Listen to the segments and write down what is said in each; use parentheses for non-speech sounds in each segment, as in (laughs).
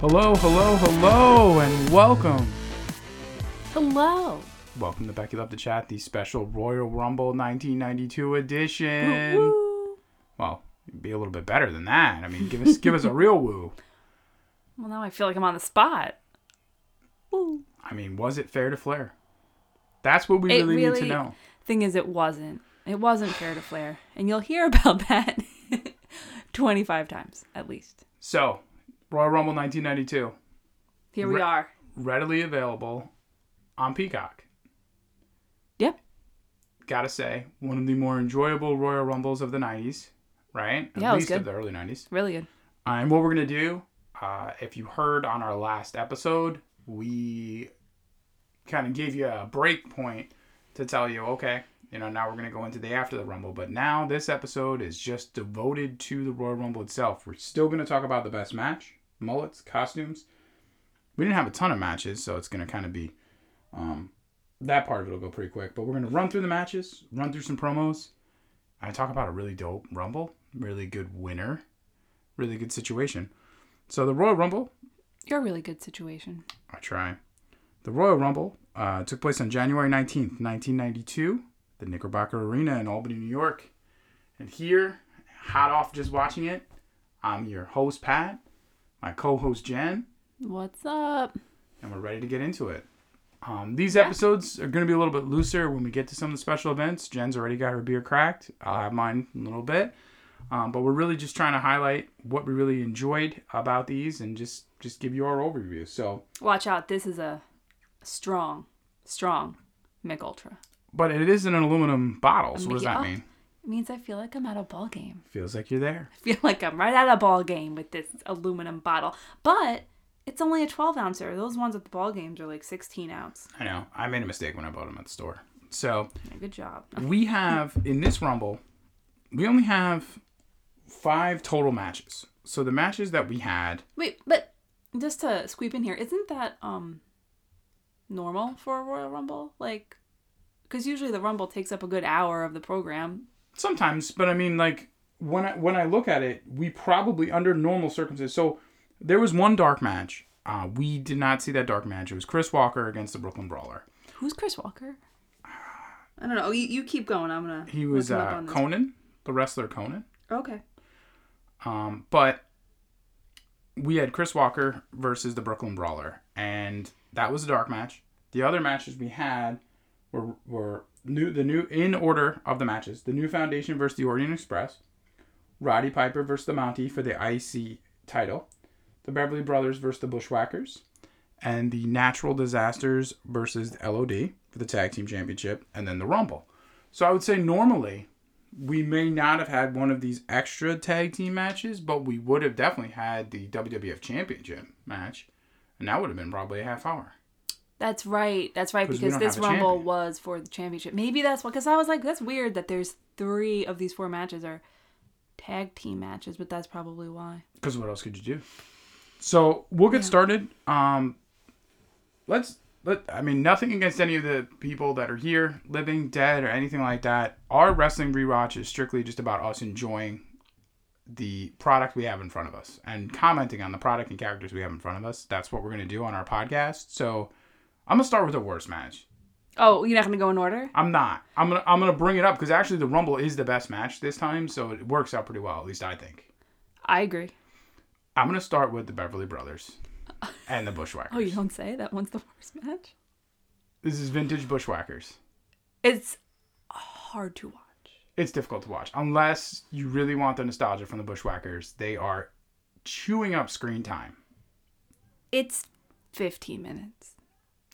Hello, hello, hello, and welcome. Hello. Welcome to Becky Love to Chat, the special Royal Rumble 1992 edition. Woo. Well, it'd be a little bit better than that. I mean, give us give us a real woo. Well, now I feel like I'm on the spot. Woo. I mean, was it fair to Flair? That's what we It really, need really- to know. Thing is, it wasn't. It wasn't fair to Flair, and you'll hear (laughs) about that 25 times at least. So, Royal Rumble 1992 Here we Re- are. readily available on Peacock. Yep. Gotta say, one of the more enjoyable Royal Rumbles of the 90s, right? At Yeah, it was least of good. the early 90s. Really good. Uh, and what we're gonna do, uh, if you heard on our last episode, we kind of gave you a break point to tell you, okay, you know, now we're gonna go into the after the Rumble. But now this episode is just devoted to the Royal Rumble itself. We're still gonna talk about the best match, mullets, costumes. We didn't have a ton of matches, so it's gonna kind of be um, that part of it will go pretty quick. But we're gonna run through the matches, run through some promos. I talk about a really dope Rumble, really good winner really good situation. So the Royal Rumble, You're a really good situation. I try. The Royal Rumble uh, took place on January 19th, 1992, the Knickerbocker Arena in Albany, New York. And here, hot off just watching it, I'm your host, Pat, my co host, Jen, What's up? and we're ready to get into it. Um, these episodes are going to be a little bit looser when we get to some of the special events. Jen's already got her beer cracked. I'll have mine in a little bit. Um, but we're really just trying to highlight what we really enjoyed about these and just just give you our overview. So, Watch out. This is a strong, strong Mick Ultra. but it is in an aluminum bottle. So what does that Yeah. mean? It means I feel like I'm at a ball game. Feels like you're there. I feel (laughs) like I'm right at a ball game with this aluminum bottle, but it's only a 12 ouncer. Those ones at the ball games are like 16 ounce. I know. I made a mistake when I bought them at the store. So Yeah, Good job. (laughs) we have in this rumble, we only have five total matches. So the matches that we had, Wait, but just to squeep in here, isn't that um normal for a Royal Rumble? Like, because usually the Rumble takes up a good hour of the program. Sometimes, but I mean, like when I when I look at it, we probably under normal circumstances. So there was one dark match. Uh, we did not see that dark match. It was Chris Walker against the Brooklyn Brawler. Who's Chris Walker? (sighs) I don't know. Oh, You, you keep going. I'm gonna. He was look him up uh, on this. Conan, the wrestler Conan. Okay. Um, but we had Chris Walker versus the Brooklyn Brawler, and that was a dark match. The other matches we had were were new the new in order of the matches: the New Foundation versus the Orient Express, Roddy Piper versus the Mountie for the IC title, the Beverly Brothers versus the Bushwhackers, and the Natural Disasters versus the LOD for the tag team championship, and then the Rumble. So I would say normally we may not have had one of these extra tag team matches, but we would have definitely had the WWF Championship match, and that would have been probably a half hour. That's right. That's right. 'Cause we Because don't this have a Rumble champion. was for the championship. Maybe that's what. Because I was like, that's weird that there's three of these four matches are tag team matches, but that's probably why. Because what else could you do? So we'll get started. Um, let's let. I mean, nothing against any of the people that are here, living, dead, or anything like that. Our wrestling rewatch is strictly just about us enjoying the product we have in front of us and commenting on the product and characters we have in front of us. That's what we're gonna do on our podcast. So I'm gonna start with the worst match. Oh, you're not gonna go in order. I'm not. I'm gonna I'm gonna bring it up because actually the Rumble is the best match this time, so it works out pretty well. At least I think. I agree. I'm gonna start with the Beverly Brothers and the Bushwhackers. Oh, you don't say that one's the worst match. This is vintage Bushwhackers. It's hard to watch. It's difficult to watch unless you really want the nostalgia from the Bushwhackers. They are chewing up screen time, It's 15 minutes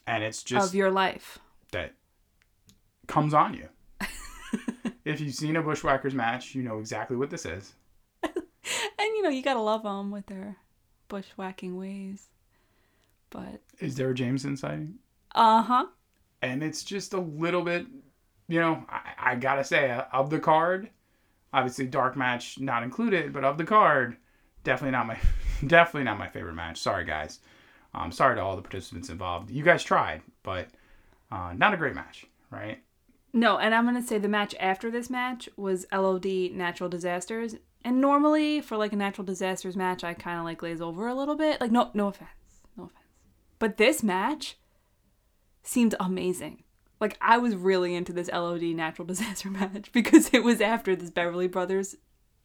and it's just of your life. that comes on (laughs) you. if you've seen a Bushwhackers match, you know exactly what this is. And you know, you got to love them with their bushwhacking ways. But Is there a Jameson sighting? uh-huh. and it's just a little bit, you know, I, I gotta say, uh, of the card, obviously dark match not included, but of the card, definitely not my, (laughs) definitely not my favorite match. Sorry guys, um, sorry to all the participants involved. You guys tried, but uh, not a great match, right? No, and I'm gonna say the match after this match was LOD Natural Disasters. And normally for like a natural disasters match, I kind of like glaze over a little bit. Like no, no offense, no offense. But this match seemed amazing. Like I was really into this LOD natural (laughs) disaster match because it was after this Beverly Brothers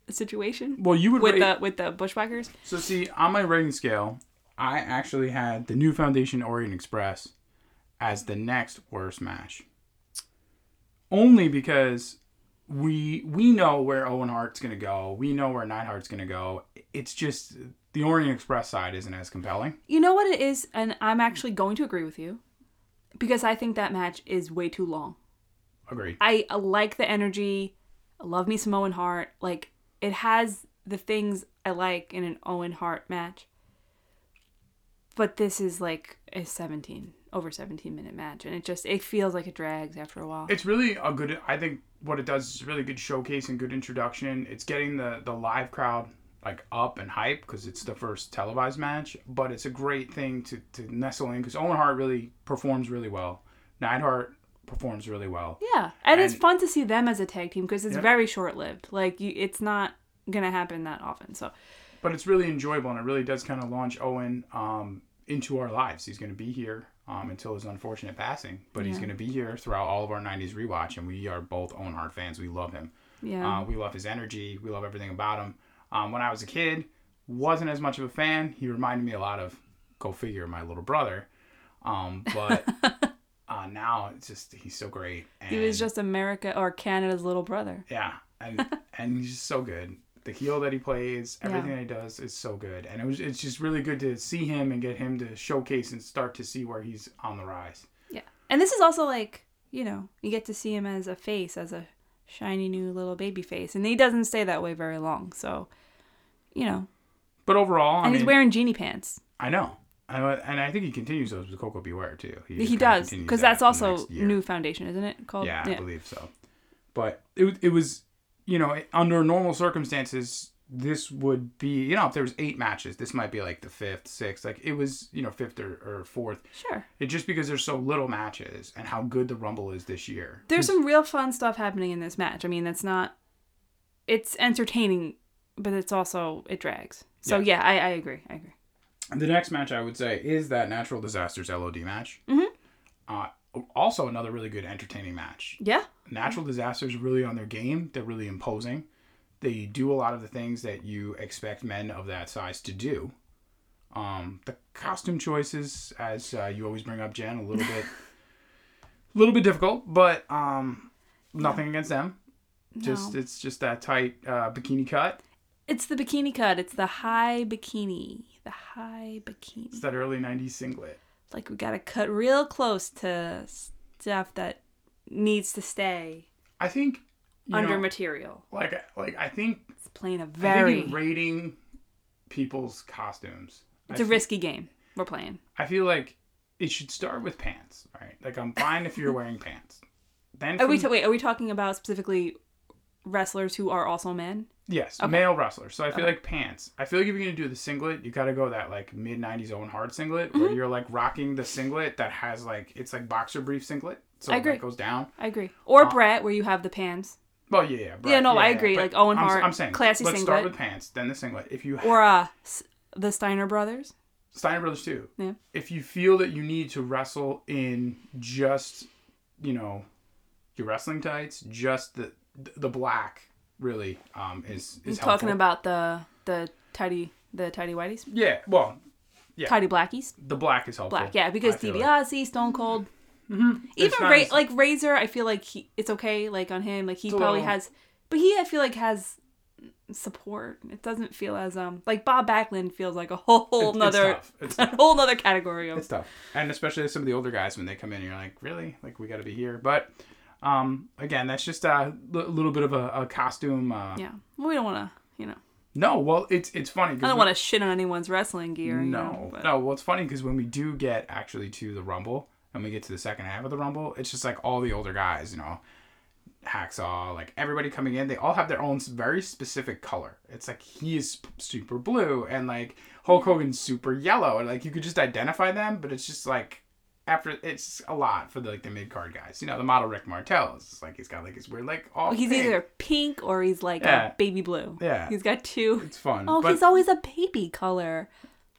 situation Well, you would with rate- the with the bushwhackers. So see, on my rating scale, I actually had the New Foundation Orient Express as the next worst match. Only because we we know where Owen Hart's gonna go. We know where Neidhart's gonna go. It's just the Orient Express side isn't as compelling. You know what it is, and I'm actually going to agree with you because I think that match is way too long. Agreed. I like the energy. I love me some Owen Hart. Like it has the things I like in an Owen Hart match. But this is like a 17 over 17 minute match and it just it feels like it drags after a while. It's really a good. I think what it does is really good showcase and good introduction. It's getting the the live crowd like up and hype because it's the first televised match. But it's a great thing to to nestle in because Owen Hart really performs really well. Neidhart performs really well. yeah. And, it's and- fun to see them as a tag team because it's Yeah. very short lived. Like you it's not going to happen that often. So But it's really enjoyable and it really does kind of launch Owen um, into our lives. He's going to be here. Um, until his unfortunate passing, but he's Yeah. going to be here throughout all of our '90s rewatch, and we are both Owen Hart fans. We love him. yeah. Uh, we love his energy. We love everything about him. Um, when I was a kid, wasn't as much of a fan. He reminded me a lot of, go figure, my little brother. Um, (laughs) but uh, now it's just he's so great. And, he was just America or Canada's little brother. yeah, and and he's just so good. The heel that he plays, Yeah. everything that he does is so good, and it was it's just really good to see him and get him to showcase and start to see where he's on the rise. Yeah. And this is also like, you know, you get to see him as a face, as a shiny new little baby face. And he doesn't stay that way very long. So, you know. But overall, I And he's mean, wearing genie pants. I know. I, and I think he continues those with Coco Beware too. He, kinda does. continues Because that that's for the also next year. new foundation, isn't it? Called Yeah, I believe so. But it wa- it was, you know, it- under normal circumstances, this would be, you know, if there was eight matches, this might be like the fifth, sixth, like it was, you know, fifth or, or fourth. Sure. It just because there's so little matches and how good the Rumble is this year. There's some real fun stuff happening in this match. I mean, that's not it's entertaining, but it's also it drags. So yeah, I, I agree. I agree. The next match I would say is that Natural Disasters LOD match. Mhm. Uh, also another really good entertaining match. Yeah. natural disasters are really on their game. They're really imposing. They do a lot of the things that you expect men of that size to do. Um, the costume choices, as uh, you always bring up, Jen, a little (laughs) bit, a little bit difficult, but um, nothing against them. Just uh, No. it's just that tight uh, bikini cut. It's the bikini cut. It's the high bikini. The high bikini. It's that early '90s singlet. like we gotta cut real close to stuff that needs to stay I think you under know, material. like like I think It's playing a I very think in rating people's costumes. it's a a risky game we're playing. I feel like it should start with pants, right? Like I'm fine if (laughs) you're wearing pants. Then Are we from- ta- wait? Are we talking about specifically wrestlers who are also men? yes, okay. male wrestler. So I feel like pants. I feel like if you're gonna do the singlet, you gotta go that like mid '90s Owen Hart singlet, Mm-hmm. where you're like rocking the singlet that has like it's like boxer brief singlet, so I it agree. like, goes down. I agree. Uh, Or Brett, where you have the pants, Well, yeah, yeah, Brett, Yeah, no, I agree, but like Owen I'm, Hart, I'm saying classy let's start singlet. with pants, then the singlet. If you or uh, S- the Steiner brothers. Steiner Brothers too. Yeah. If you feel that you need to wrestle in just, you know, your wrestling tights, just the the black really um is He's is helpful. talking about the the tidy the tidy whiteys, yeah, well, Yeah. tidy blackies, the black is helpful. black. Yeah, because I feel DiBiase, Stone Cold, Mm-hmm. It's even not Ra- as- like Razor, I feel like he it's okay like on him like he It's a probably little- has, but he I feel like has support. It doesn't feel as um like Bob Backlund feels like a whole, It- whole it's nother tough. It's (laughs) a tough. whole nother category of It's tough. And especially some of the older guys when they come in, you're like, really? Like we got to be here. But um again, that's just a li- little bit of a, a costume. Uh, yeah. We don't want to you know No, well, it's it's funny. I don't want to shit on anyone's wrestling gear. you know, No, but- no. Well, it's funny because when we do get actually to the Rumble and we get to the second half of the Rumble, it's just like all the older guys, you know, Hacksaw, like everybody coming in, they all have their own s- very specific color. It's like he is p- super blue and like Hulk Hogan's super yellow, and like you could just identify them, but it's just like after it's a lot for the, like the mid card guys. You know, the model Rick Martel is like he's got like his weird like all. He's pink. either pink or he's like Yeah. a baby blue. Yeah. He's got two. It's fun. Oh, but he's always a baby color,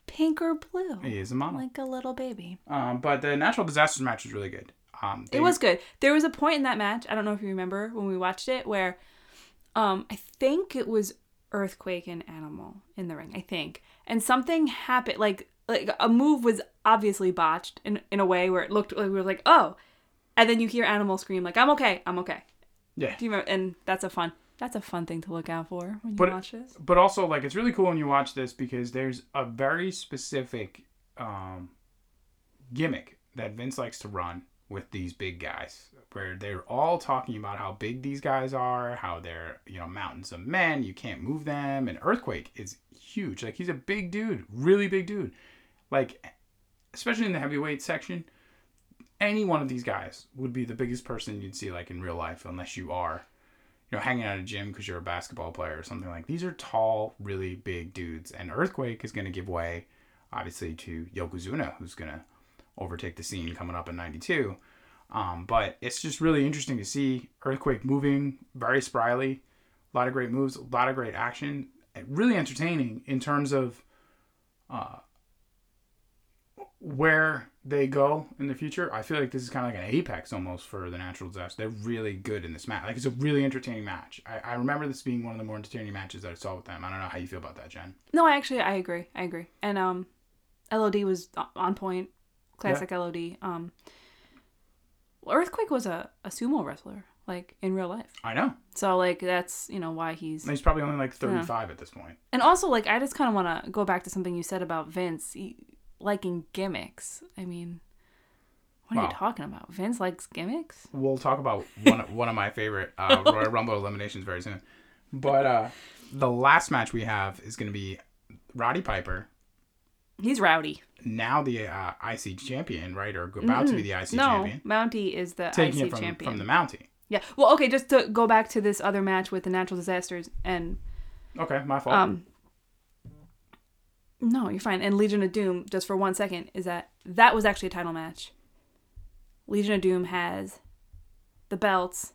pink or blue, he is a model. like a little baby. um, but the natural disasters match was really good. Um, they- It was good. There was a point in that match, I don't know if you remember when we watched it, where um I think it was Earthquake and Animal in the ring, I think. And something happened like like a move was obviously botched in in a way where it looked like we were like, "Oh." And then you hear Animal scream like, "I'm okay. I'm okay." yeah. Do you remember and that's a fun that's a fun thing to look out for when you But it- watch this. but also like it's really cool when you watch this because there's a very specific um, gimmick that Vince likes to run with these big guys, where they're all talking about how big these guys are, how they're you know mountains of men, you can't move them, and earthquake is huge. Like he's a big dude, really big dude. Like especially in the heavyweight section, any one of these guys would be the biggest person you'd see like in real life, unless you are you know, hanging out at a gym because you're a basketball player or something like. These are tall, really big dudes, and Earthquake is going to give way, obviously, to Yokozuna, who's going to overtake the scene coming up in '92. Um, but it's just really interesting to see Earthquake moving very spryly, a lot of great moves, a lot of great action, and really entertaining in terms of uh, where they go in the future. I feel like this is kind of like an apex almost for the natural disaster. They're really good in this match. Like it's a really entertaining match. I, I remember this being one of the more entertaining matches that I saw with them. I don't know how you feel about that, Jen. No, I actually I agree. I agree. And um LOD was o- on point. Classic LOD. Um Earthquake was a, a sumo wrestler, like in real life. I know. So like that's, you know, why he's He's probably only like 35 at this point. And also like I just kind of want to go back to something you said about Vince he, liking gimmicks. I mean, what are Wow. you talking about? Vince likes gimmicks? We'll talk about one of, one of my favorite (laughs) uh, Royal Rumble eliminations very soon. But uh, the last match we have is going to be Roddy Piper, He's rowdy. now the uh, IC champion, right? Or about to be the IC Mm-hmm. no, champion, Mountie is the taking IC it from champion. from the Mountie. yeah. Well, okay, just to go back to this other match with the natural disasters and Okay, my fault. Um, no, you're fine. And Legion of Doom, just for one second, is that that was actually a title match. Legion of Doom has the belts.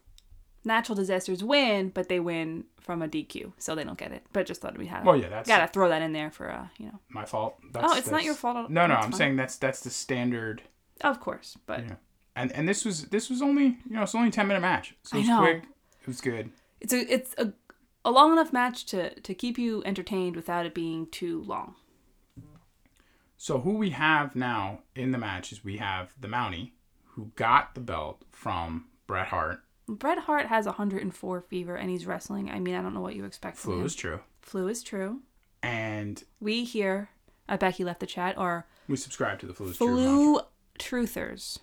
Natural disasters win, but they win from a DQ, so they don't get it. But just thought we had. Well, yeah, that's- gotta throw that in there for uh, you know, my fault. That's, Oh, it's not your fault at all. No, no, That's I'm fine. saying that's that's the standard. of course. But Yeah. And and this was this was only you know it's only a ten minute match, so I it's know. quick. It was good. it's a it's a, a long enough match to to keep you entertained without it being too long. So who we have now in the match is we have the Mountie, who got the belt from Bret Hart. Bret Hart has 104 fever and he's wrestling. I mean, I don't know what you expect from Flu him. is true, Flu is true. and we here at Becky Left the Chat are we subscribe to the flu is true. flu truthers,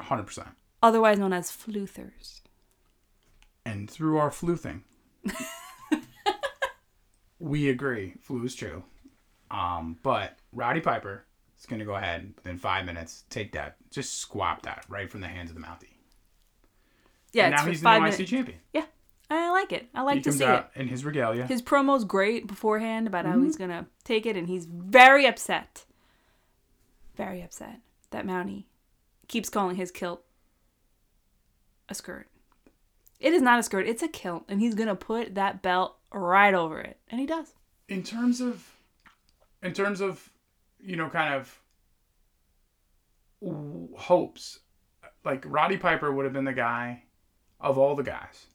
Hundred percent. otherwise known as fluthers. And through our flu (laughs) thing, we agree flu is true. Um, but Roddy Piper is going to go ahead within five minutes, take that, just squat that right from the hands of the Mountie. Yeah, and it's now for he's the five new minutes. IC champion. Yeah, I like it. I like he to comes see out Mm-hmm. in his regalia. it. His promo's great beforehand about how he's gonna take it, and he's very upset, very upset that Mountie keeps calling his kilt a skirt. It is not a skirt; it's a kilt, and he's gonna put that belt right over it, and he does. in terms of in terms of you know kind of w- hopes like roddy piper would have been the guy of all the guys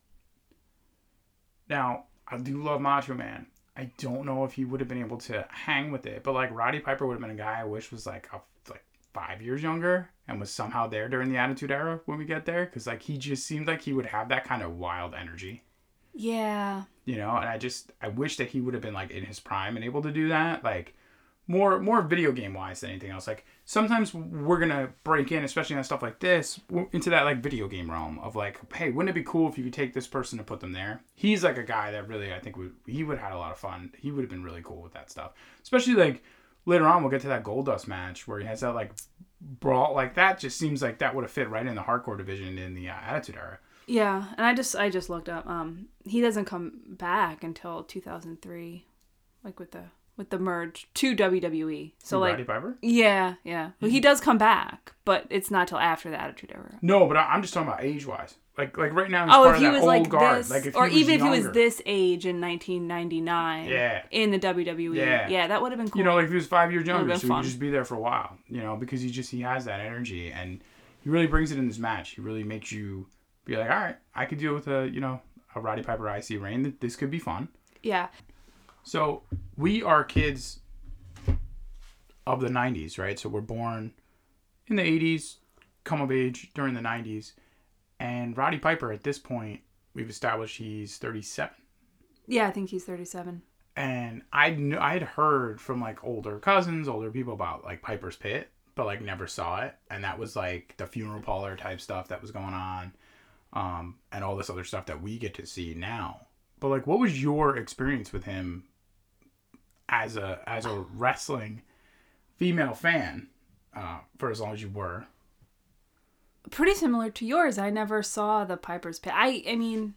now i do love macho man i don't know if he would have been able to hang with it but like roddy piper would have been a guy i wish was like a, like five years younger and was somehow there during the attitude era when we get there because like he just seemed like he would have that kind of wild energy Yeah, you know and i just i wish that he would have been like in his prime and able to do that like more more video game wise than anything else like sometimes we're gonna break in especially on stuff like this w- into that like video game realm of like hey wouldn't it be cool if you could take this person and put them there he's like a guy that really i think would he would have had a lot of fun he would have been really cool with that stuff especially like later on we'll get to that gold dust match where he has that like brawl like that just seems like that would have fit right in the hardcore division in the uh, attitude era Yeah, and I just I just looked up. Um, he doesn't come back until 2003, like with the with the merge to WWE. So like Roddy Piper? yeah, yeah. Well, Mm-hmm. he does come back, but it's not till after the Attitude Era. No, but I, I'm just talking about age wise. Like like right now he's Oh, part if of he that was old like guard. this, like if or he was even if he was younger. this age in 1999, Yeah. in the WWE, Yeah. that would have been cool. you know, like if he was five years younger, been so he fun. could just be there for a while, you know, because he just he has that energy and he really brings it in this match. He really makes you be like, all right, I could deal with a you know a Roddy Piper IC reign. This could be fun. yeah, So we are kids of the '90s, right? So we're born in the '80s, come of age during the '90s, and Roddy Piper at this point we've established he's 37. yeah. I think he's 37. and I knew I had heard from like older cousins, older people about like Piper's Pit, but like never saw it, and that was like the funeral parlor type stuff that was going on, um, and all this other stuff that we get to see now. But like, what was your experience with him as a as a wrestling female fan uh, for as long as you were? pretty similar to yours. I never saw the Piper's Pit. I I mean,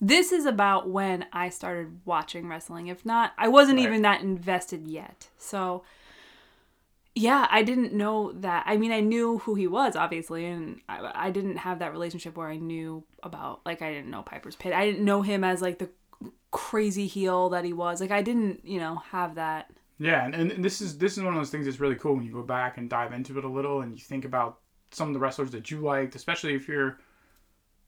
this is about when I started watching wrestling. If not, I wasn't Right. even that invested yet. So yeah, I didn't know that. I mean, I knew who he was obviously, and I, I didn't have that relationship where I knew about like I didn't know Piper's Pit. I didn't know him as like the crazy heel that he was. Like I didn't, you know, have that. Yeah, and, and this is this is one of those things that's really cool when you go back and dive into it a little and you think about some of the wrestlers that you liked, especially if you're,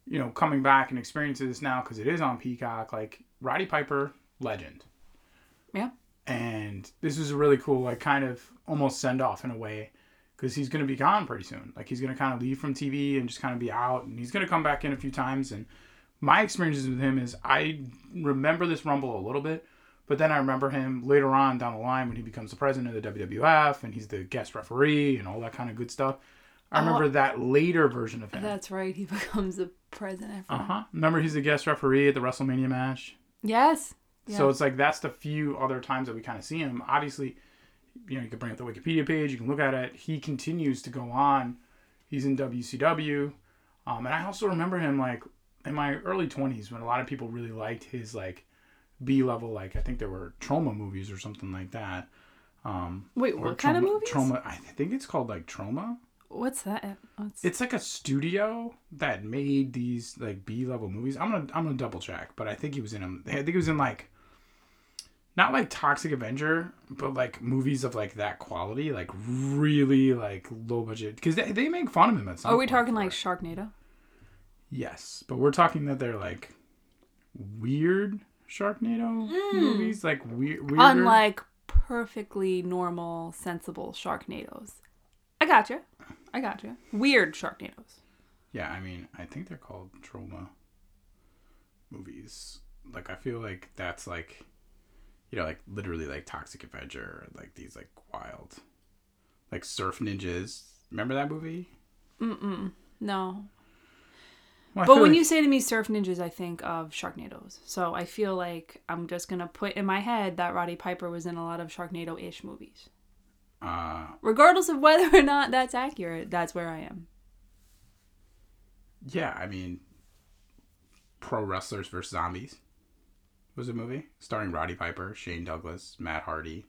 you know, coming back and experiencing this now because it is on Peacock. Like Roddy Piper, legend, Yeah. and this is a really cool, like, kind of almost send off in a way because he's going to be gone pretty soon. Like he's going to kind of leave from TV and just kind of be out, and he's going to come back in a few times. And my experiences with him is I remember this Rumble a little bit, but then I remember him later on down the line when he becomes the president of the WWF and he's the guest referee and all that kind of good stuff. I remember that later version of him. That's right. He (laughs) becomes the president. Uh huh. Remember he's the guest referee at the WrestleMania match. Yes. So Yeah. it's like that's the few other times that we kind of see him. Obviously, you know, you can bring up the Wikipedia page, you can look at it. He continues to go on. He's in WCW. Um, and I also remember him like in my early 20s when a lot of people really liked his like B level, like I think there were trauma movies or something like that. Um, Wait, or what kind of Trauma- movies? Trauma. I think it's called like Trauma. What's that? What's... It's like a studio that made these like B level movies. I'm gonna I'm gonna double check, but I think he was in them. I think he was in like not like Toxic Avenger, but like movies of like that quality, like really like low budget. Because they, they make fun of him at some. Are we point talking for like it. Sharknado? yes, but we're talking that they're like weird Sharknado movies, like weird. Weirder. Hmm. Unlike perfectly normal, sensible Sharknados. I gotcha. I gotcha. Weird Sharknados. Yeah, I mean, I think they're called trauma movies. Like, I feel like that's like, you know, like literally like Toxic Avenger, like these like wild, like Surf Ninjas. Remember that movie? No. Well, I But feel when like- you say to me surf ninjas, I think of Sharknados. So I feel like I'm just going to put in my head that Roddy Piper was in a lot of Sharknado ish movies. uh, Regardless of whether or not that's accurate, that's where I am. yeah, I mean, Pro Wrestlers vs Zombies was a movie starring Roddy Piper, Shane Douglas, Matt Hardy,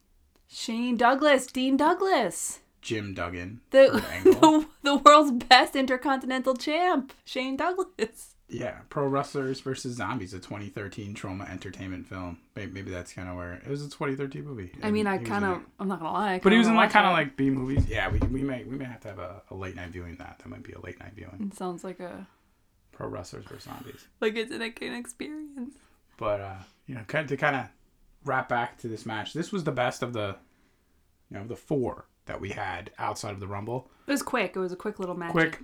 Shane Douglas, Dean Douglas, Jim Duggan, the, Kurt Angle. (laughs) the, the world's best intercontinental champ, Shane Douglas. Yeah, Pro Wrestlers versus Zombies, a 2013 trauma entertainment film. May- Maybe that's kind of where it was a 2013 movie. I mean, I And he was kind in of, it. I'm not gonna lie. I but kinda he was in wanna like watch kind of that. like B movies. Yeah, we, we may we may have to have a, a late night viewing that. That might be a late night viewing. It sounds like a Pro Wrestlers versus Zombies. like it's an, like an experience. But uh, you know, kind of, to kind of wrap back to this match, this was the best of the, you know, the four that we had outside of the Rumble. It was quick. It was a quick little match. quick.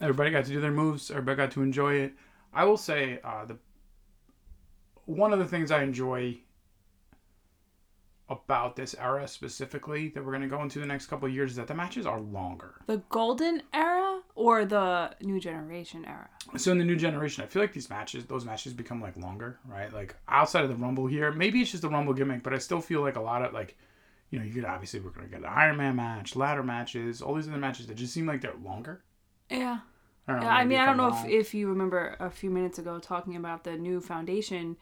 Everybody got to do their moves. Everybody got to enjoy it. I will say uh, the one of the things I enjoy about this era specifically that we're going to go into the next couple of years is that the matches are longer. The golden era or the new generation era. So in the new generation, I feel like these matches, those matches become like longer, right? Like outside of the Rumble here, maybe it's just the Rumble gimmick, but I still feel like a lot of like, you know, you could obviously we're going to get an Iron Man match, ladder matches, all these other matches that just seem like they're longer. Yeah. I don't know. Yeah, I maybe mean, I if don't I'm know wrong. if, if you remember a few minutes ago talking about the new foundation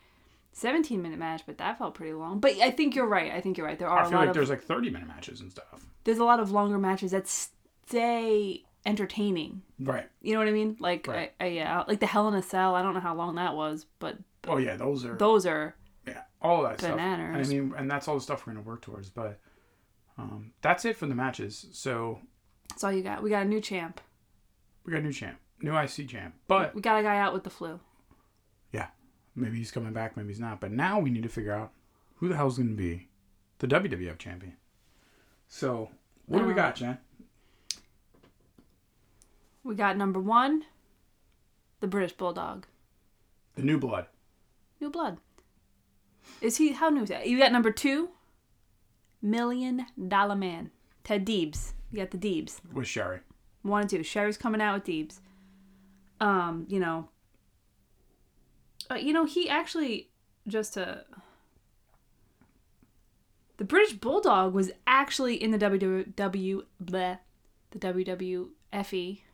17 minute match, but that felt pretty long. But I think you're right. I think you're right. There are I a feel lot like of there's like 30 minute matches and stuff. there's a lot of longer matches that stay entertaining. Right. You know what I mean? Like Right. I, I, yeah, like the Hell in a Cell. I don't know how long that was, but Oh yeah, those are those are yeah, all that stuff. And I Bananas. mean, and that's all the stuff we're gonna work towards. But um, that's it for the matches. So that's all you got. We got a new champ. we got a new champ, new IC champ. But We got a guy out with the flu. yeah, maybe he's coming back, maybe he's not. But now we need to figure out who the hell's gonna be the WWF champion. So what do we Um, got, Jen? We got number one, the British Bulldog, The new blood. new blood. Is he how new is that? You got number two, Million Dollar Man, Ted Deebs. You got the Deebs. with Sherry. One and two. Sherry's coming out with Deebs. Um, you know. Uh, you know, he actually just to the British Bulldog was actually in the WW bleh, the WWFE E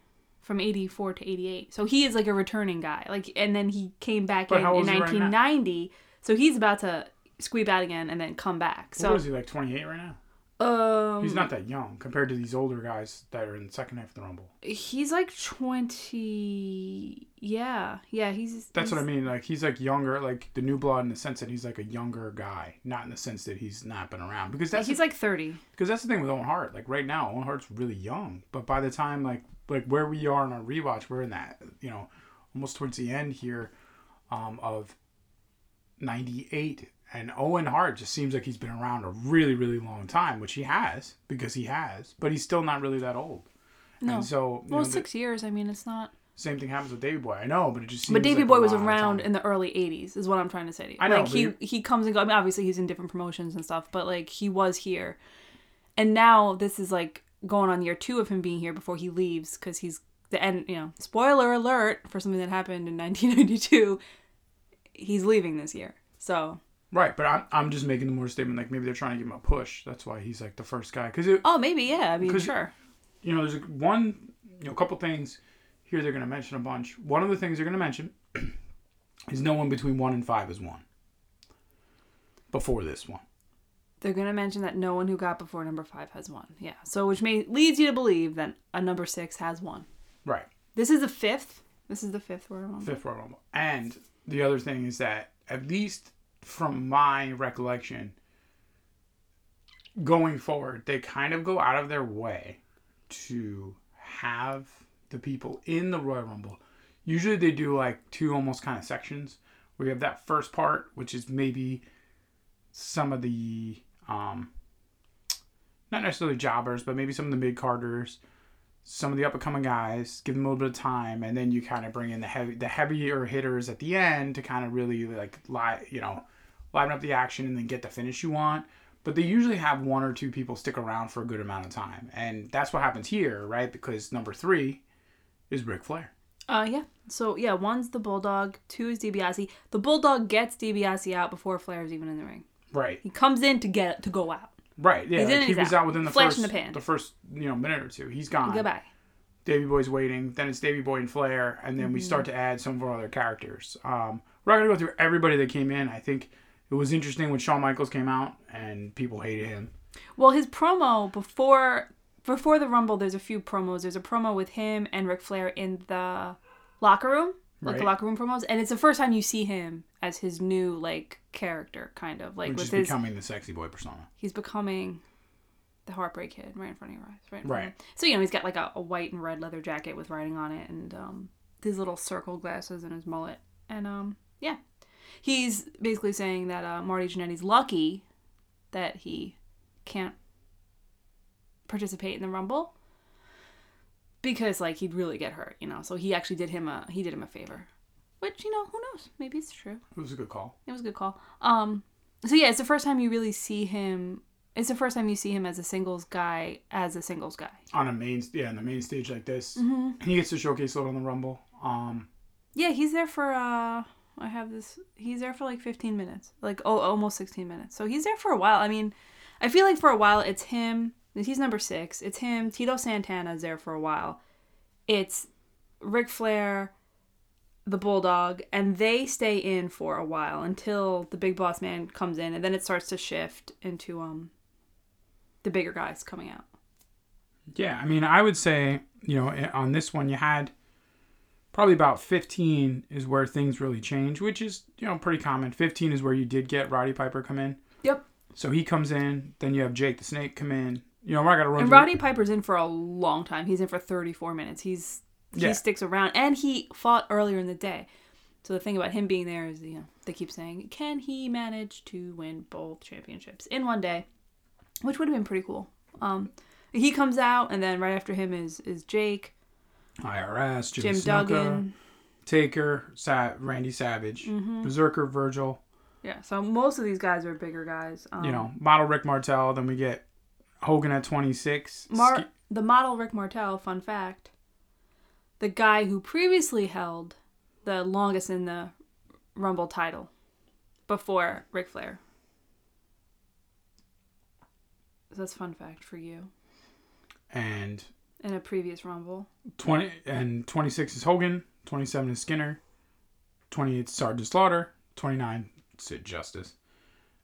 from 84 to 88. So he is like a returning guy. Like and then he came back But in, how in old is he right now? 1990. so he's about to squeeb out again and then come back. what So is he like 28 right now? um He's not that young compared to these older guys that are in the second half of the Rumble. He's like 20. Yeah. Yeah, he's That's he's, what I mean. Like he's like younger, like the new blood in the sense that he's like a younger guy, not in the sense that he's not been around. Because that's He's like 30. because that's the thing with Owen Hart. Like right now, Owen Hart's really young, but by the time like like where we are in our rewatch, we're in that you know almost towards the end here um, of '98, and Owen Hart just seems like he's been around a really really long time, which he has because he has, but he's still not really that old. No. And so you well, know, the six years. I mean, it's not. same thing happens with Davy Boy. I know, but it just seems But Davey like a Boy was long around time. in the early 80s, is what I'm trying to say. to you. I know, Like, but he, you're- he comes and goes. I mean, obviously, he's in different promotions and stuff, but, like, he was here. And now this is, like, going on year two of him being here before he leaves because he's. The end, you know, spoiler alert for something that happened in (laughs) 1992. He's leaving this year. So, right. But I'm, I'm just making the more statement like maybe they're trying to give him a push. That's why he's like the first guy because it, oh, maybe, yeah. I mean, 'Cause- sure. you know, there's one, you know, a couple things here they're going to mention a bunch. One of the things they're going to mention (clears throat) is no one between one and five is one. Before this one, They're gonna mention that no one who got before number five has won. Yeah. So which may leads you to believe that a number six has won. right? This is the fifth. This is the fifth we're on. Fifth Royal Rumble. And the other thing is that at least from my recollection, going forward, they kind of go out of their way to have the people in the Royal Rumble. Usually they do like two almost kind of sections where you have that first part, which is maybe some of the um not necessarily jobbers, but maybe some of the mid carders, some of the up and coming guys, give them a little bit of time, and then you kind of bring in the heavy the heavier hitters at the end to kind of really like lie you know, liven up the action and then get the finish you want. But they usually have one or two people stick around for a good amount of time. And that's what happens here, right? Because number three is Ric Flair. Uh yeah. So yeah, one's the bulldog, two is DiBiase. The bulldog gets DiBiase out before Flair is even in the ring. Right. He comes in to get to go out. Right. Yeah. He's in like and he he's was out. out within the Flash first in the pan. the first, you know, minute or two. He's gone. Goodbye. Davy Boy's waiting. Then it's Davy Boy and Flair, and then Mm-hmm. we start to add some of our other characters. Um, we're not gonna go through everybody that came in. I think it was interesting when Shawn Michaels came out and people hated him. Well, his promo before before the rumble, there's a few promos. There's a promo with him and Ric Flair in the locker room, like the Right. locker room promos, and it's the first time you see him as his new like character, kind of like Which with is his becoming the sexy boy persona. he's becoming the heartbreak kid right in front of your eyes, right? in front of Right. you. So you know he's got like a, a white and red leather jacket with writing on it, and um, his little circle glasses and his mullet, and um, yeah, he's basically saying that uh, Marty Jannetty's lucky that he can't participate in the rumble because like he'd really get hurt, you know. So he actually did him a he did him a favor, which you know who knows maybe it's true. It was a good call. It was a good call. Um, so yeah, it's the first time you really see him. It's the first time you see him as a singles guy, as a singles guy. On a main yeah, on the main stage like this. Mm-hmm. He gets to showcase a little on the rumble. Um Yeah, he's there for uh, I have this. He's there for like 15 minutes, like oh, almost 16 minutes. So he's there for a while. I mean, I feel like for a while it's him. He's number six. It's him. Tito Santana's there for a while. It's Ric Flair. the Bulldog, and they stay in for a while until the big boss man comes in, and then it starts to shift into um the bigger guys coming out. Yeah, I mean, I would say, you know, eh, on this one, you had probably about 15 is where things really change, which is, you know, pretty common. 15 is where you did get Roddy Piper come in. Yep. So he comes in, then you have Jake the Snake come in. You know, I got to run. And through- Roddy Piper's in for a long time. He's in for 34 minutes. He's he Yeah. sticks around, and he fought earlier in the day. So the thing about him being there is, you know, they keep saying, can he manage to win both championships in one day? Which would have been pretty cool. Um, he comes out, and then right after him is is Jake, IRS, Jim, Jim Duggan. Mm-hmm. Taker, Sa- Randy Savage, Berserker, Virgil, Yeah. So most of these guys are bigger guys. Um, you know, model Rick Martel. Then we get Hogan at 26. Mar- Ske- the model Rick Martel, fun fact, the guy who previously held the longest in the Rumble title before Ric Flair. So that's fun fact for you and in a previous Rumble. 20 and 26 is Hogan, 27 is Skinner, 28 is Sergeant Slaughter, 29 Sid Justice,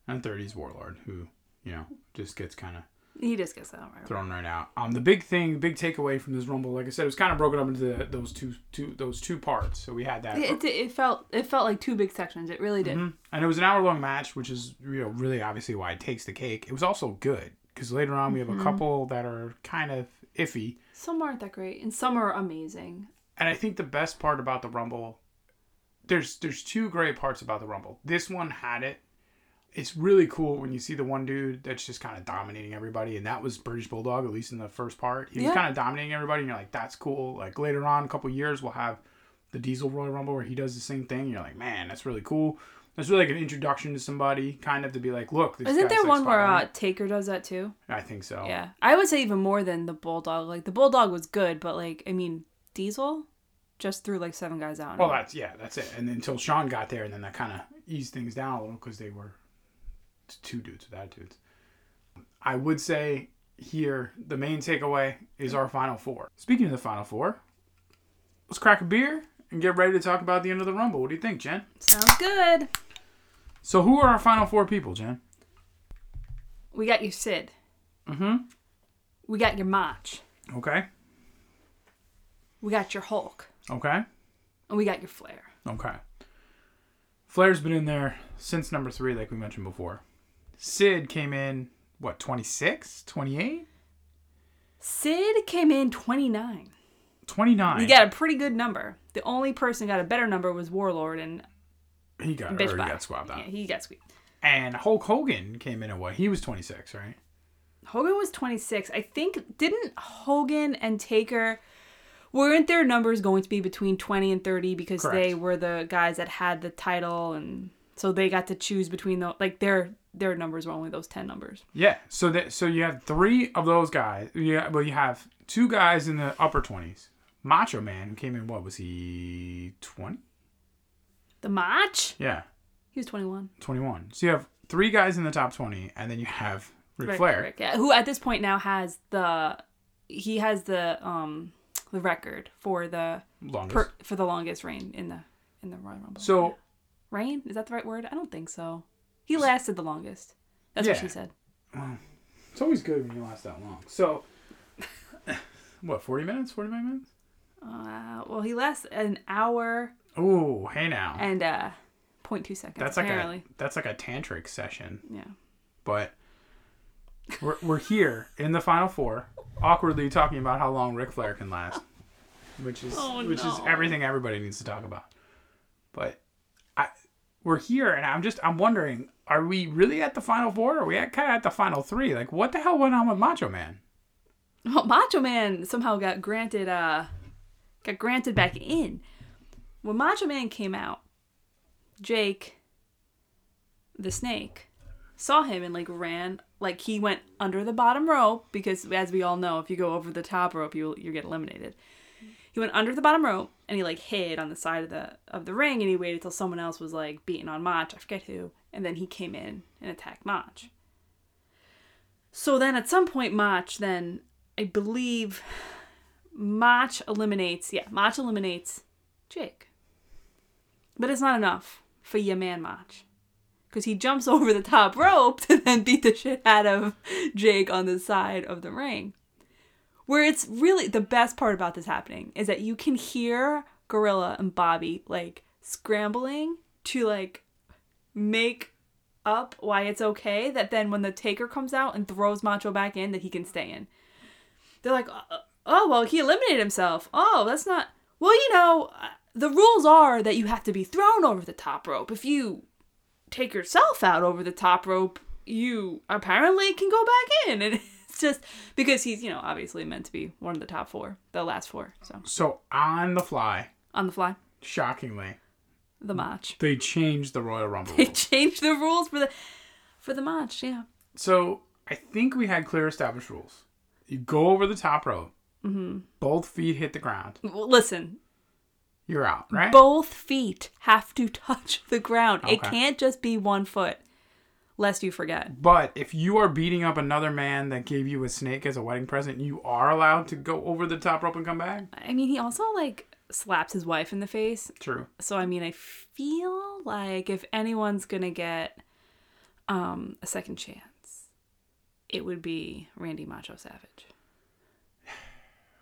and 30 is Warlord, who, you know, just gets kind of He just gets that right. thrown right out. Um, the big thing, big takeaway from this Rumble, like I said, it was kind of broken up into the, those two, two, those two parts. So we had that. It, it, it felt it felt like two big sections. It really did. Mhm. And it was an hour long match, which is you know really obviously why it takes the cake. It was also good because later on we have a couple that are kind of iffy. Some aren't that great, and some are amazing. And I think the best part about the Rumble, there's there's two great parts about the Rumble. This one had it. It's really cool when you see the one dude that's just kind of dominating everybody, and that was British Bulldog, at least in the first part. He Yeah. was kind of dominating everybody, and you're like, that's cool. Like later on, a couple years, we'll have the Diesel Royal Rumble where he does the same thing. And you're like, man, that's really cool. That's really like an introduction to somebody, kind of to be like, look, this Isn't guy's there six one five where one. uh, Taker does that too? I think so. Yeah. Um, I would say even more than the Bulldog. Like the Bulldog was good, but like I mean, Diesel just threw like seven guys out. Well, that's yeah, that's it. And until Sean got there, and then that kind of eased things down a little because they were t- two dudes with attitudes. I would say here the main takeaway is our final four. Speaking of the final four, let's crack a beer and get ready to talk about the end of the rumble. What do you think, Jen? Sounds good. So who are our final four people, Jen? We got your Sid. Mhm. We got your Mach. Okay, We got your Hulk. okay, And we got your Flair. okay. Flair's been in there since number three, like we mentioned before. Sid came in what 26, 28, Sid came in 29. 29. He got a pretty good number. The only person who got a better number was Warlord and He got Bitch or he Bye. got swapped out. Yeah, he got sweet. And Hulk Hogan came in at what? He was 26, right? Hogan was 26. I think didn't Hogan and Taker weren't their numbers going to be between 20 and 30 because Correct. they were the guys that had the title and so they got to choose between the like their their numbers were only those 10 numbers. Yeah. So that so you have three of those guys. Yeah. Well, you have two guys in the upper 20s. Macho Man who came in what was he 20? The match? Yeah, He was 21. 21. So you have three guys in the top 20, and then you have Ric Rick- Flair. Rick, yeah, who at this point now has the he has the um the record for the Longest. per, for the longest reign in the in the Royal Rumble. so reign? Is that the right word? I don't think so. He lasted the longest. That's what Yeah. she said. it's always good when you last that long. So (laughs) what? 40 minutes? 45 minutes? Uh, well, he lasts an hour Oh, hey now. and uh, 0.2 seconds. that's like apparently. a that's like a tantric session. yeah. but we're, we're here in the final four, awkwardly talking about how long Ric Flair can last, which is Oh, which is no. everything everybody needs to talk about. But I we're here, and I'm just I'm wondering, are we really at the final four? Are we at kind of at the final three? Like, what the hell went on with Macho Man? Well, Macho Man somehow got granted uh, got granted back in. When Macho Man came out, Jake, the Snake, saw him and like ran like he went under the bottom rope because as we all know, if you go over the top rope, you you get eliminated. He went under the bottom rope and he like hid on the side of the of the ring and he waited till someone else was like beating on Mach, I forget who, and then he came in and attacked Mach. So then at some point, Mach then, I believe, Mach eliminates, yeah, Mach eliminates Jake. But it's not enough for your man Mach. Because he jumps (laughs) over the top rope to then beat the shit out of Jake on the side of the ring. Where it's really the best part about this happening is that you can hear Gorilla and Bobby like scrambling to like make up why it's okay that then when the taker comes out and throws Macho back in, that he can stay in. They're like, oh, well, he eliminated himself. Oh, that's not. Well, you know, uh, the rules are that you have to be thrown over the top rope. If you take yourself out over the top rope, you apparently can go back in. (laughs) And it's just because he's, you know, obviously meant to be one of the top four, the last four. So So on the fly, on the fly, shockingly, the match. they changed the Royal Rumble. (laughs) They rules. changed the rules for the for the match. Yeah. (laughs) So I think we had clear established rules. You go over the top rope. Mm-hmm. Both feet hit the ground. Well, listen, You're out, right? both feet have to (laughs) touch the ground. It Okay. can't just be one foot, lest you forget. But if you are beating up another man that gave you a snake as a wedding present, you are allowed to go over the top rope and come back? I mean, he also like slaps his wife in the face. True. So I mean, I feel like if anyone's gonna get um, a second chance, it would be Randy Macho Savage,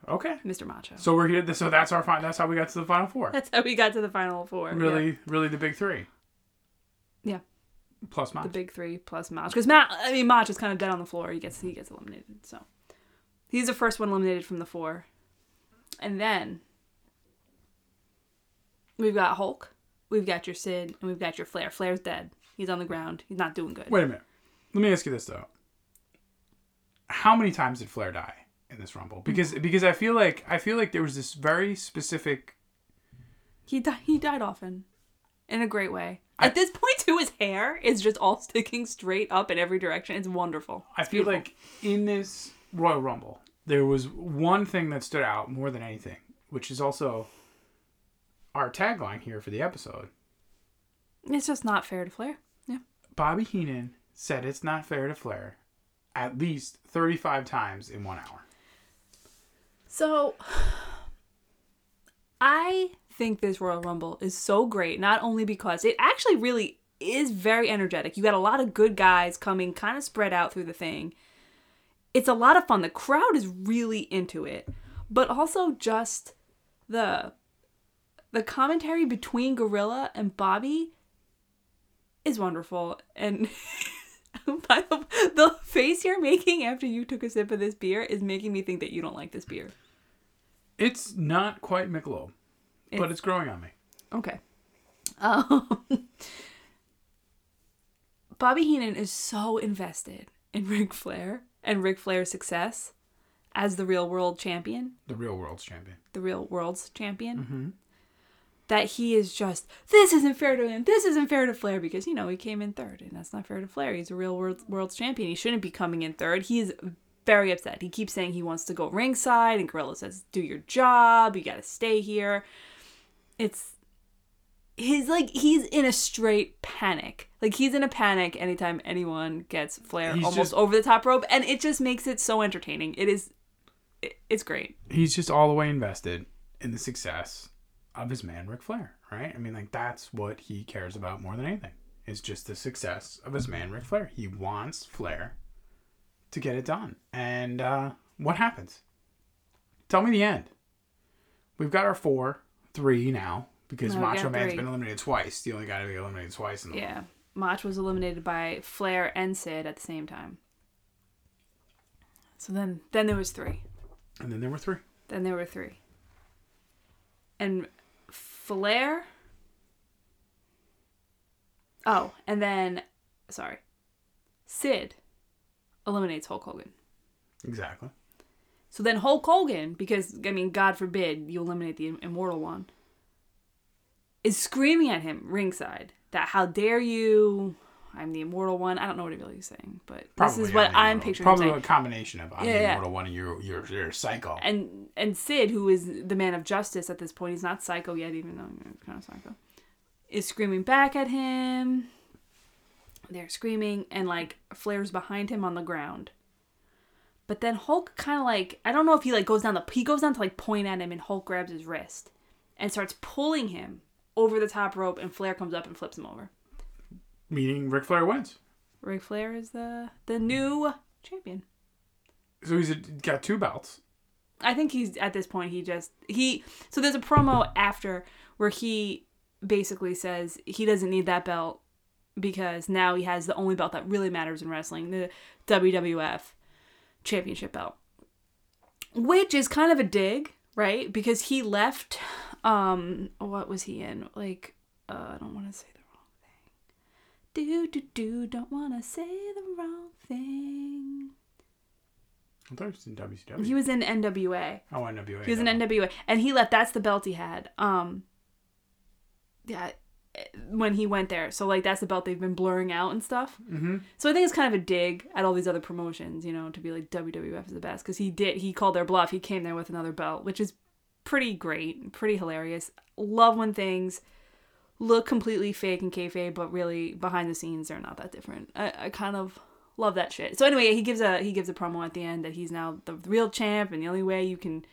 Okay. Mr. Macho. So we're here. So that's our final. That's how we got to the final four. That's how we got to the final four. Really, really the big three. Yeah. Plus the mine. big three plus Mach. Because Mach, I mean, Mach is kind of dead on the floor. He gets he gets eliminated. So he's the first one eliminated from the four, and then we've got Hulk, we've got your Sid, and we've got your Flair. Flair's dead. He's on the ground. He's not doing good. Wait a minute. Let me ask you this though. How many times did Flair die in this Rumble? Because because I feel like I feel like there was this very specific. He died. He died often, in a great way. At this point, too, his hair is just all (laughs) sticking straight up in every direction. It's wonderful. I feel like in this Royal Rumble there was one thing that stood out more than anything, which is also our tagline here for the episode. It's just not fair to Flair. Yeah. Bobby Heenan said it's not fair to Flair at least 35 times in one hour. So (sighs) I think this Royal Rumble is so great, not only because it actually really is very energetic. You got a lot of good guys coming kind of spread out through the thing. It's a lot of fun. The crowd is really into it. But also just the the commentary between Gorilla and Bobby is wonderful. And (laughs) by the, the face you're making after you took a sip of this beer is making me think that you don't like this beer. It's not quite Michelob, but It's- it's growing on me. Okay. Um, (laughs) Bobby Heenan is so invested in Ric Flair and Ric Flair's success as the real world champion, The real world's champion. the real world's champion, Mm-hmm. that he is just, this isn't fair to him, this isn't fair to Flair, because, you know, he came in third, and that's not fair to Flair. He's a real world, world's champion. He shouldn't be coming in third. He is very upset. He keeps saying he wants to go ringside, and Gorilla says, do your job, you gotta stay here. It's he's like he's in a straight panic. Like he's in a panic anytime anyone gets Flair He's almost just- over the top rope, and it just makes it so entertaining. It is, it, it's great. He's just all the way invested in the success of his man Ric Flair, right? I mean, like that's what he cares about more than anything. Is just the success of his man Ric Flair. He wants Flair to get it done. And uh, what happens? Tell me the end. We've got our four, three now because No, we Macho got Man's three. been eliminated twice. The only guy to be eliminated twice in the Yeah, Mach was eliminated by Flair and Sid at the same time. So then, then there was three. And then there were three. Then there were three. And Flair. Oh, and then, sorry, Sid eliminates Hulk Hogan. Exactly. So then Hulk Hogan, because I mean, God forbid you eliminate the immortal one, is screaming at him ringside that how dare you? I'm the immortal one. I don't know what he really is saying, but this is Probably what on the I'm Immortal- picturing. him Probably saying. a combination of I'm Yeah, the yeah. Immortal One and you're you're, you're a psycho. and and Sid, who is the man of justice at this point, he's not psycho yet, even though he's kind of psycho, is screaming back at him. They're screaming, and like Flair's behind him on the ground. But then Hulk kind of like I don't know if he like goes down the he goes down to like point at him, and Hulk grabs his wrist and starts pulling him over the top rope, and Flair comes up and flips him over. Meaning Ric Flair wins. Ric Flair is the the new champion. So he's got two belts. I think he's at this point. He just he. So there's a promo after where he basically says he doesn't need that belt because now he has the only belt that really matters in wrestling, the WWF championship belt, which is kind of a dig, right? Because he left. Um, what was he in? Like, uh, I don't want to say the wrong thing. Do do do. Don't want to say the wrong thing. I thought he was in WCW. He was in NWA. oh, NWA. He was in NWA, and he left. That's the belt he had. Um, yeah, eh, when he went there. So like that's the belt they've been blurring out and stuff. Mm-hmm. So I think it's kind of a dig at all these other promotions, you know, to be like WWF is the best because he did. He called their bluff. He came there with another belt, which is pretty great, and pretty hilarious. Love when things look completely fake and kayfabe, but really behind the scenes they're not that different. I, I kind of love that shit. So anyway, he gives a he gives a promo at the end that he's now the real champ, and the only way you can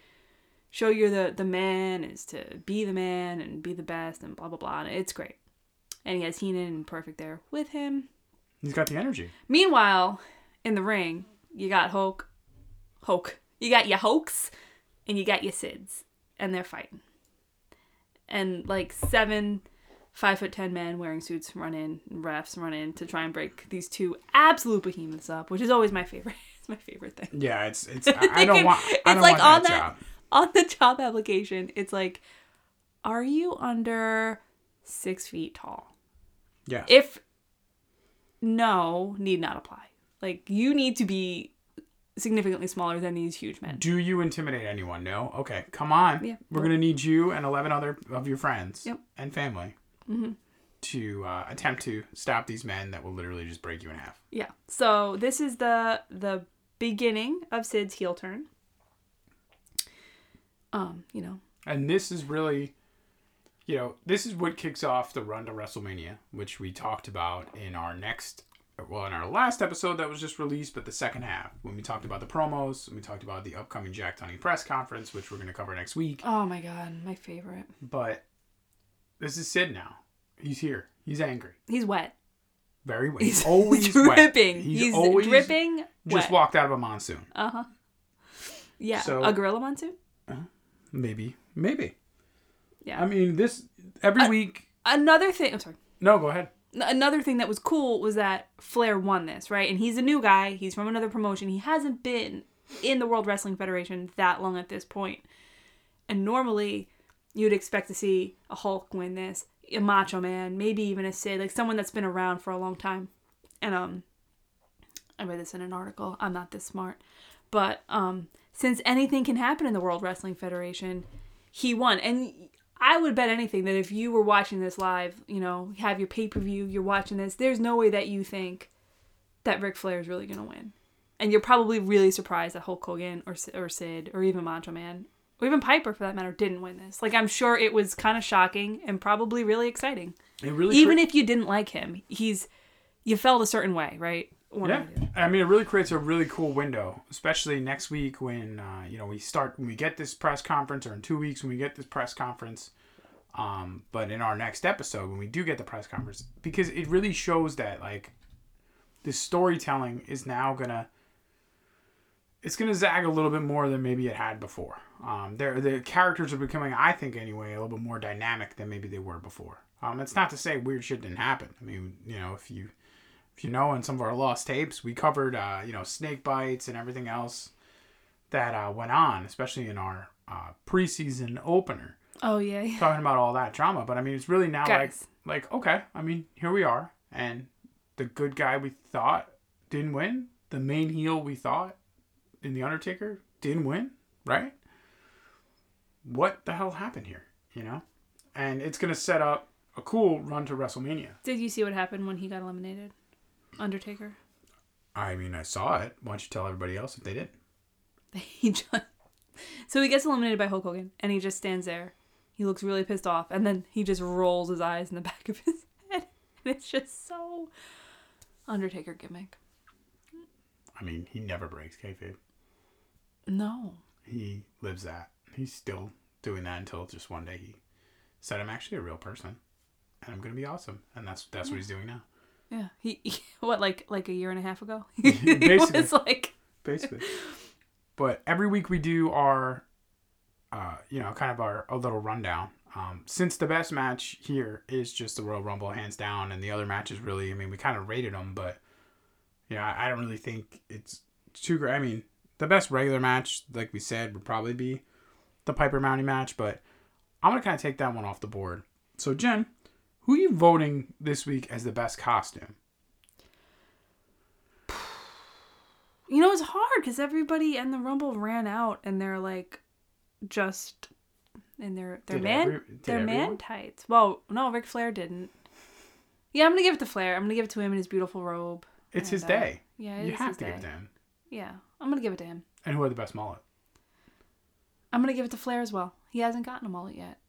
show you're the the man is to be the man and be the best and blah blah blah. And it's great. And he has Heenan and Perfect there with him. He's got the energy. Meanwhile, in the ring, you got Hulk, Hulk. You got your Hulks, and you got your Sids, and they're fighting. And like seven five foot ten men wearing suits run in, and refs run in to try and break these two absolute behemoths up, which is always my favorite. (laughs) it's my favorite thing. Yeah, it's (laughs) it's. I, I don't can- want. I it's don't like want on that, that- job. On the job application, it's like, are you under six feet tall? Yeah. if no need not apply like you need to be significantly smaller than these huge men Do you intimidate anyone? No. Okay, come on. Yeah. We're gonna need you and eleven other of your friends Yep. Mm-hmm. and family to uh, attempt to stop these men that will literally just break you in half. yeah so this is the the beginning of sid's heel turn um you know And this is really, you know, this is what kicks off the run to WrestleMania, which we talked about in our next, well, in our last episode that was just released, but the second half when we talked about the promos and we talked about the upcoming Jack Tunney press conference, which we're going to cover next week. oh my god my favorite But this is Sid now. He's here. He's angry. he's wet Very wet. (laughs) He's always wet. dripping he's, dripping Just wet. walked out of a monsoon. uh-huh yeah So- a gorilla monsoon Maybe. Maybe. yeah I mean, this every week. another thing i'm sorry No, go ahead. another thing that was cool was that Flair won this, right? And he's a new guy. He's from another promotion. He hasn't been in the World Wrestling Federation that long at this point. And normally, you'd expect to see a Hulk win this, a Macho Man, maybe even a Sid, like someone that's been around for a long time. And um, I read this in an article. I'm not this smart, but um, since anything can happen in the World Wrestling Federation, he won. And I would bet anything that if you were watching this live, you know, you have your pay per view, you're watching this, there's no way that you think that Ric Flair is really going to win. And you're probably really surprised that Hulk Hogan or, S- or Sid or even Macho Man or even Piper for that matter didn't win this. Like, I'm sure it was kind of shocking and probably really exciting. It really Even if you didn't like him, he's, you felt a certain way, right? One or Yeah, the other. I mean, it really creates a really cool window, especially next week when uh, you know we start when we get this press conference, or in two weeks when we get this press conference. Um, but in our next episode, when we do get the press conference, because it really shows that like the storytelling is now gonna it's gonna zag a little bit more than maybe it had before. Um, there the characters are becoming, I think anyway, a little bit more dynamic than maybe they were before. Um, it's not to say weird shit didn't happen. I mean, you know, if you if you know, in some of our lost tapes, we covered uh, you know snake bites and everything else that uh, went on, especially in our uh, preseason opener, Oh, yeah. yeah. (laughs) talking about all that drama. But I mean, it's really now Guys. like like okay, I mean here we are, and the good guy we thought didn't win, the main heel we thought in the Undertaker didn't win, right? What the hell happened here, you know? And it's gonna set up a cool run to WrestleMania. Did you see what happened when he got eliminated? Undertaker. I mean, I saw it. Why don't you tell everybody else if they didn't? (laughs) He just So he gets eliminated by Hulk Hogan and he just stands there. He looks really pissed off and then he just rolls his eyes in the (laughs) back of his head. And it's just so Undertaker gimmick. I mean, he never breaks kayfabe. No. He lives that. He's still doing that until just one day he said I'm actually a real person, and I'm gonna be awesome, and that's that's what he's doing now. Yeah. He, (laughs) he- what like like a year and a half (laughs) ago. It Basically. was like basically. but every week we do our, uh, you know, kind of our a little rundown. Um, since the best match here is just the Royal Rumble, hands down, and the other matches really, I mean, we kind of rated them, but you know, I, I don't really think it's too great. I mean, the best regular match, like we said, would probably be the Piper Mountie match, but I'm gonna kind of take that one off the board. So Jen, who are you voting this week as the best costume? you know it's hard because everybody and the Rumble ran out and they're like just in their their Did man every- did their man everyone? tights. Well, no, Ric Flair didn't. Yeah, I'm gonna give it to Flair. I'm gonna give it to him in his beautiful robe. It's his And, uh, day. Yeah, You it's have his to day. give it to him. Yeah, I'm gonna give it to him. And who had the best mullet? I'm gonna give it to Flair as well. He hasn't gotten a mullet yet.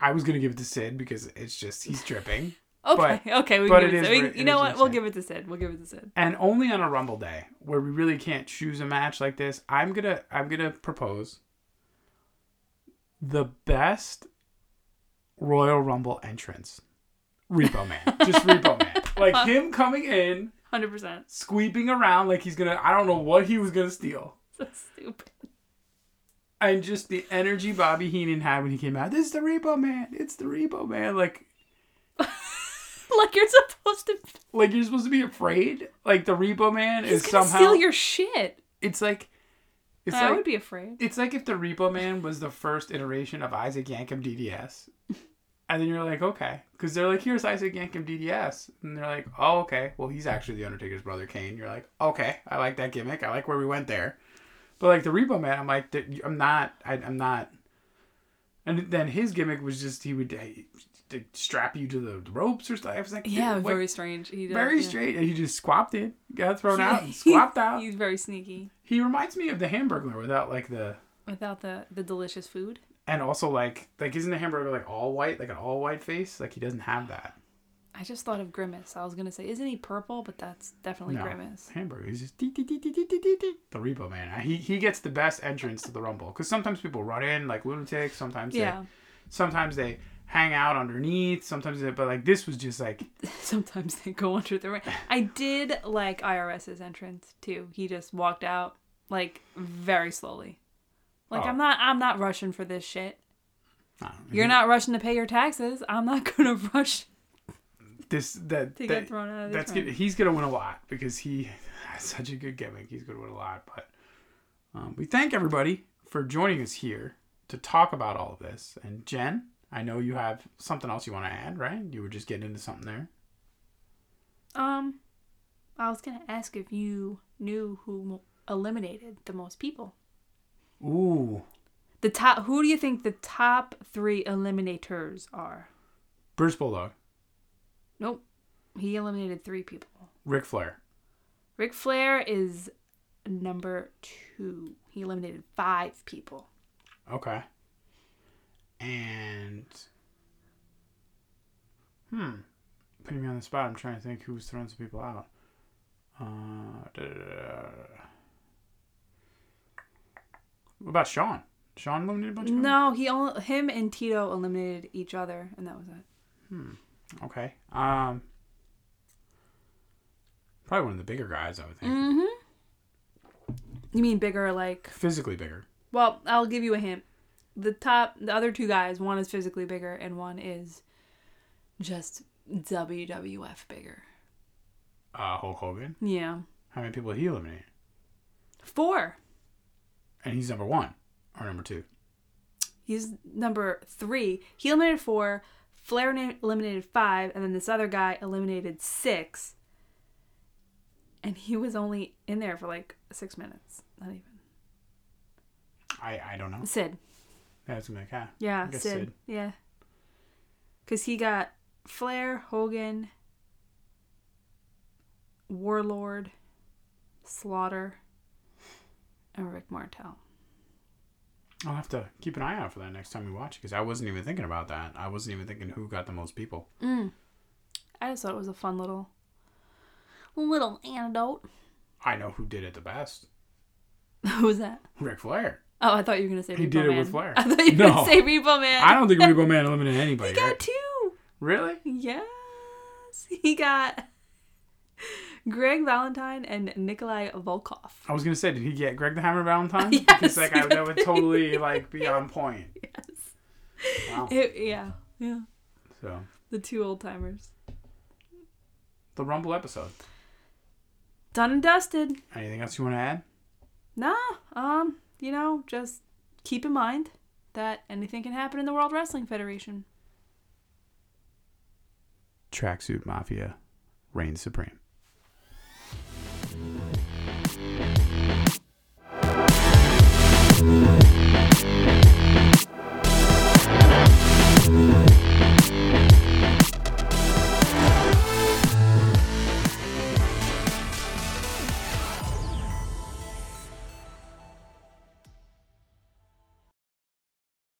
I was gonna give it to Sid because it's just he's dripping, Okay, (laughs) okay, we but can give it it to is we- Ric- You it know is what? We'll Ric give it to Sid. We'll give it to Sid. and only on a Rumble day where we really can't choose a match like this. I'm gonna I'm gonna propose the best Royal Rumble entrance, Repo Man, just Repo (laughs) Man, like him coming in, Hundred percent. (laughs) sweeping around like he's gonna I don't know what he was gonna steal. So stupid. (laughs) And just the energy Bobby Heenan had when he came out. This is the Repo Man. It's the Repo Man. Like like you're supposed to. (laughs) like you're supposed to be afraid. Like the Repo Man He's is gonna somehow steal your shit. it's like it's I like would (laughs) be afraid. it's like if the Repo Man was the first iteration of Isaac Yankem DDS, and then you're like, okay, because they're like, here's Isaac Yankem DDS, and they're like, oh, okay, well he's actually the Undertaker's brother Kane. You're like, okay, I like that gimmick. I like where we went there, but like the Repo Man, I'm like, th- I'm not, I, I'm not. And then his gimmick was just he would eh, to strap you to the ropes or stuff. I was like, Yeah, dude, what- very strange. He does, very yeah. straight. And he just squapped it, got thrown out, and (laughs) He- squapped out. He's very sneaky He reminds me of the Hamburglar without like the without the the delicious food. and also like like isn't the hamburger like all white like an all white face like he doesn't have that I just thought of Grimace. I was gonna say, isn't he purple? But that's definitely No. Grimace. hamburger he's just dee, dee, dee, dee, dee, dee, dee, dee. the repo man he he gets the best entrance to the rumble because sometimes people run in like lunatics sometimes Yeah. they sometimes they hang out underneath sometimes they, but like this was just like (laughs) Sometimes they go under the ring. I did like IRS's entrance too. He just walked out like very slowly. Oh. Like Mm-hmm. I'm not I'm not rushing for this shit. I don't know, You're not rushing to pay your taxes. I'm not (laughs) gonna rush this that, to that get thrown out of this that's ring. good. he's gonna win a lot because he (laughs) has such a good gimmick he's gonna win a lot but um, we thank everybody for joining us here to talk about all of this and jen i know you have something else you want to add right you were just getting into something there Um, I was gonna ask if you knew who mo- eliminated the most people. ooh The top. Who do you think the top three eliminators are? bruce bulldog Nope, he eliminated three people. Ric flair Ric Flair is number two. He eliminated five people. okay and hmm putting me on the spot i'm trying to think who's throwing some people out uh, da, da, da, da, da. what about sean sean eliminated a bunch of people? No, he only him and Tito eliminated each other, and that was it. Okay. Um, probably one of the bigger guys, I would think. Mm-hmm. You mean bigger? Like, Physically bigger. well, I'll give you a hint. The top, the other two guys, one is physically bigger, and one is just WWF bigger. Uh, Hulk Hogan. Yeah, How many people did he eliminate? four. And he's number one or number two. He's number three. He eliminated four. Flair na- eliminated five, and then this other guy eliminated six. And he was only in there for like six minutes. Not even. I, I don't know. Sid. That's gonna be like, ah. Yeah, I guess Sid. Sid. Yeah. Because he got Flair, Hogan, Warlord, Slaughter, and Rick Martel. I'll have to keep an eye out for that next time we watch because I wasn't even thinking about that. I wasn't even thinking who got the most people. Mm. I just thought it was a fun little little antidote. (laughs) I know who did it the best. Who was that? Ric Flair. Oh, I thought you were gonna say He Repo did it Man. with Flair. I thought you were No. gonna say Repo Man. I don't think Rebo Man eliminated He anybody. got right? two. Really? Yes, (laughs) he got Greg Valentine and Nikolai Volkov. I was gonna say, did he get Greg the Hammer Valentine? (laughs) Yes. Because that guy that would totally like be on point. (laughs) Wow. It- yeah, yeah, So the two old timers. the Rumble episode. Done and dusted. Anything else you want to add? Nah, um, you know, just keep in mind that anything can happen in the World Wrestling Federation. Tracksuit Mafia reigns supreme.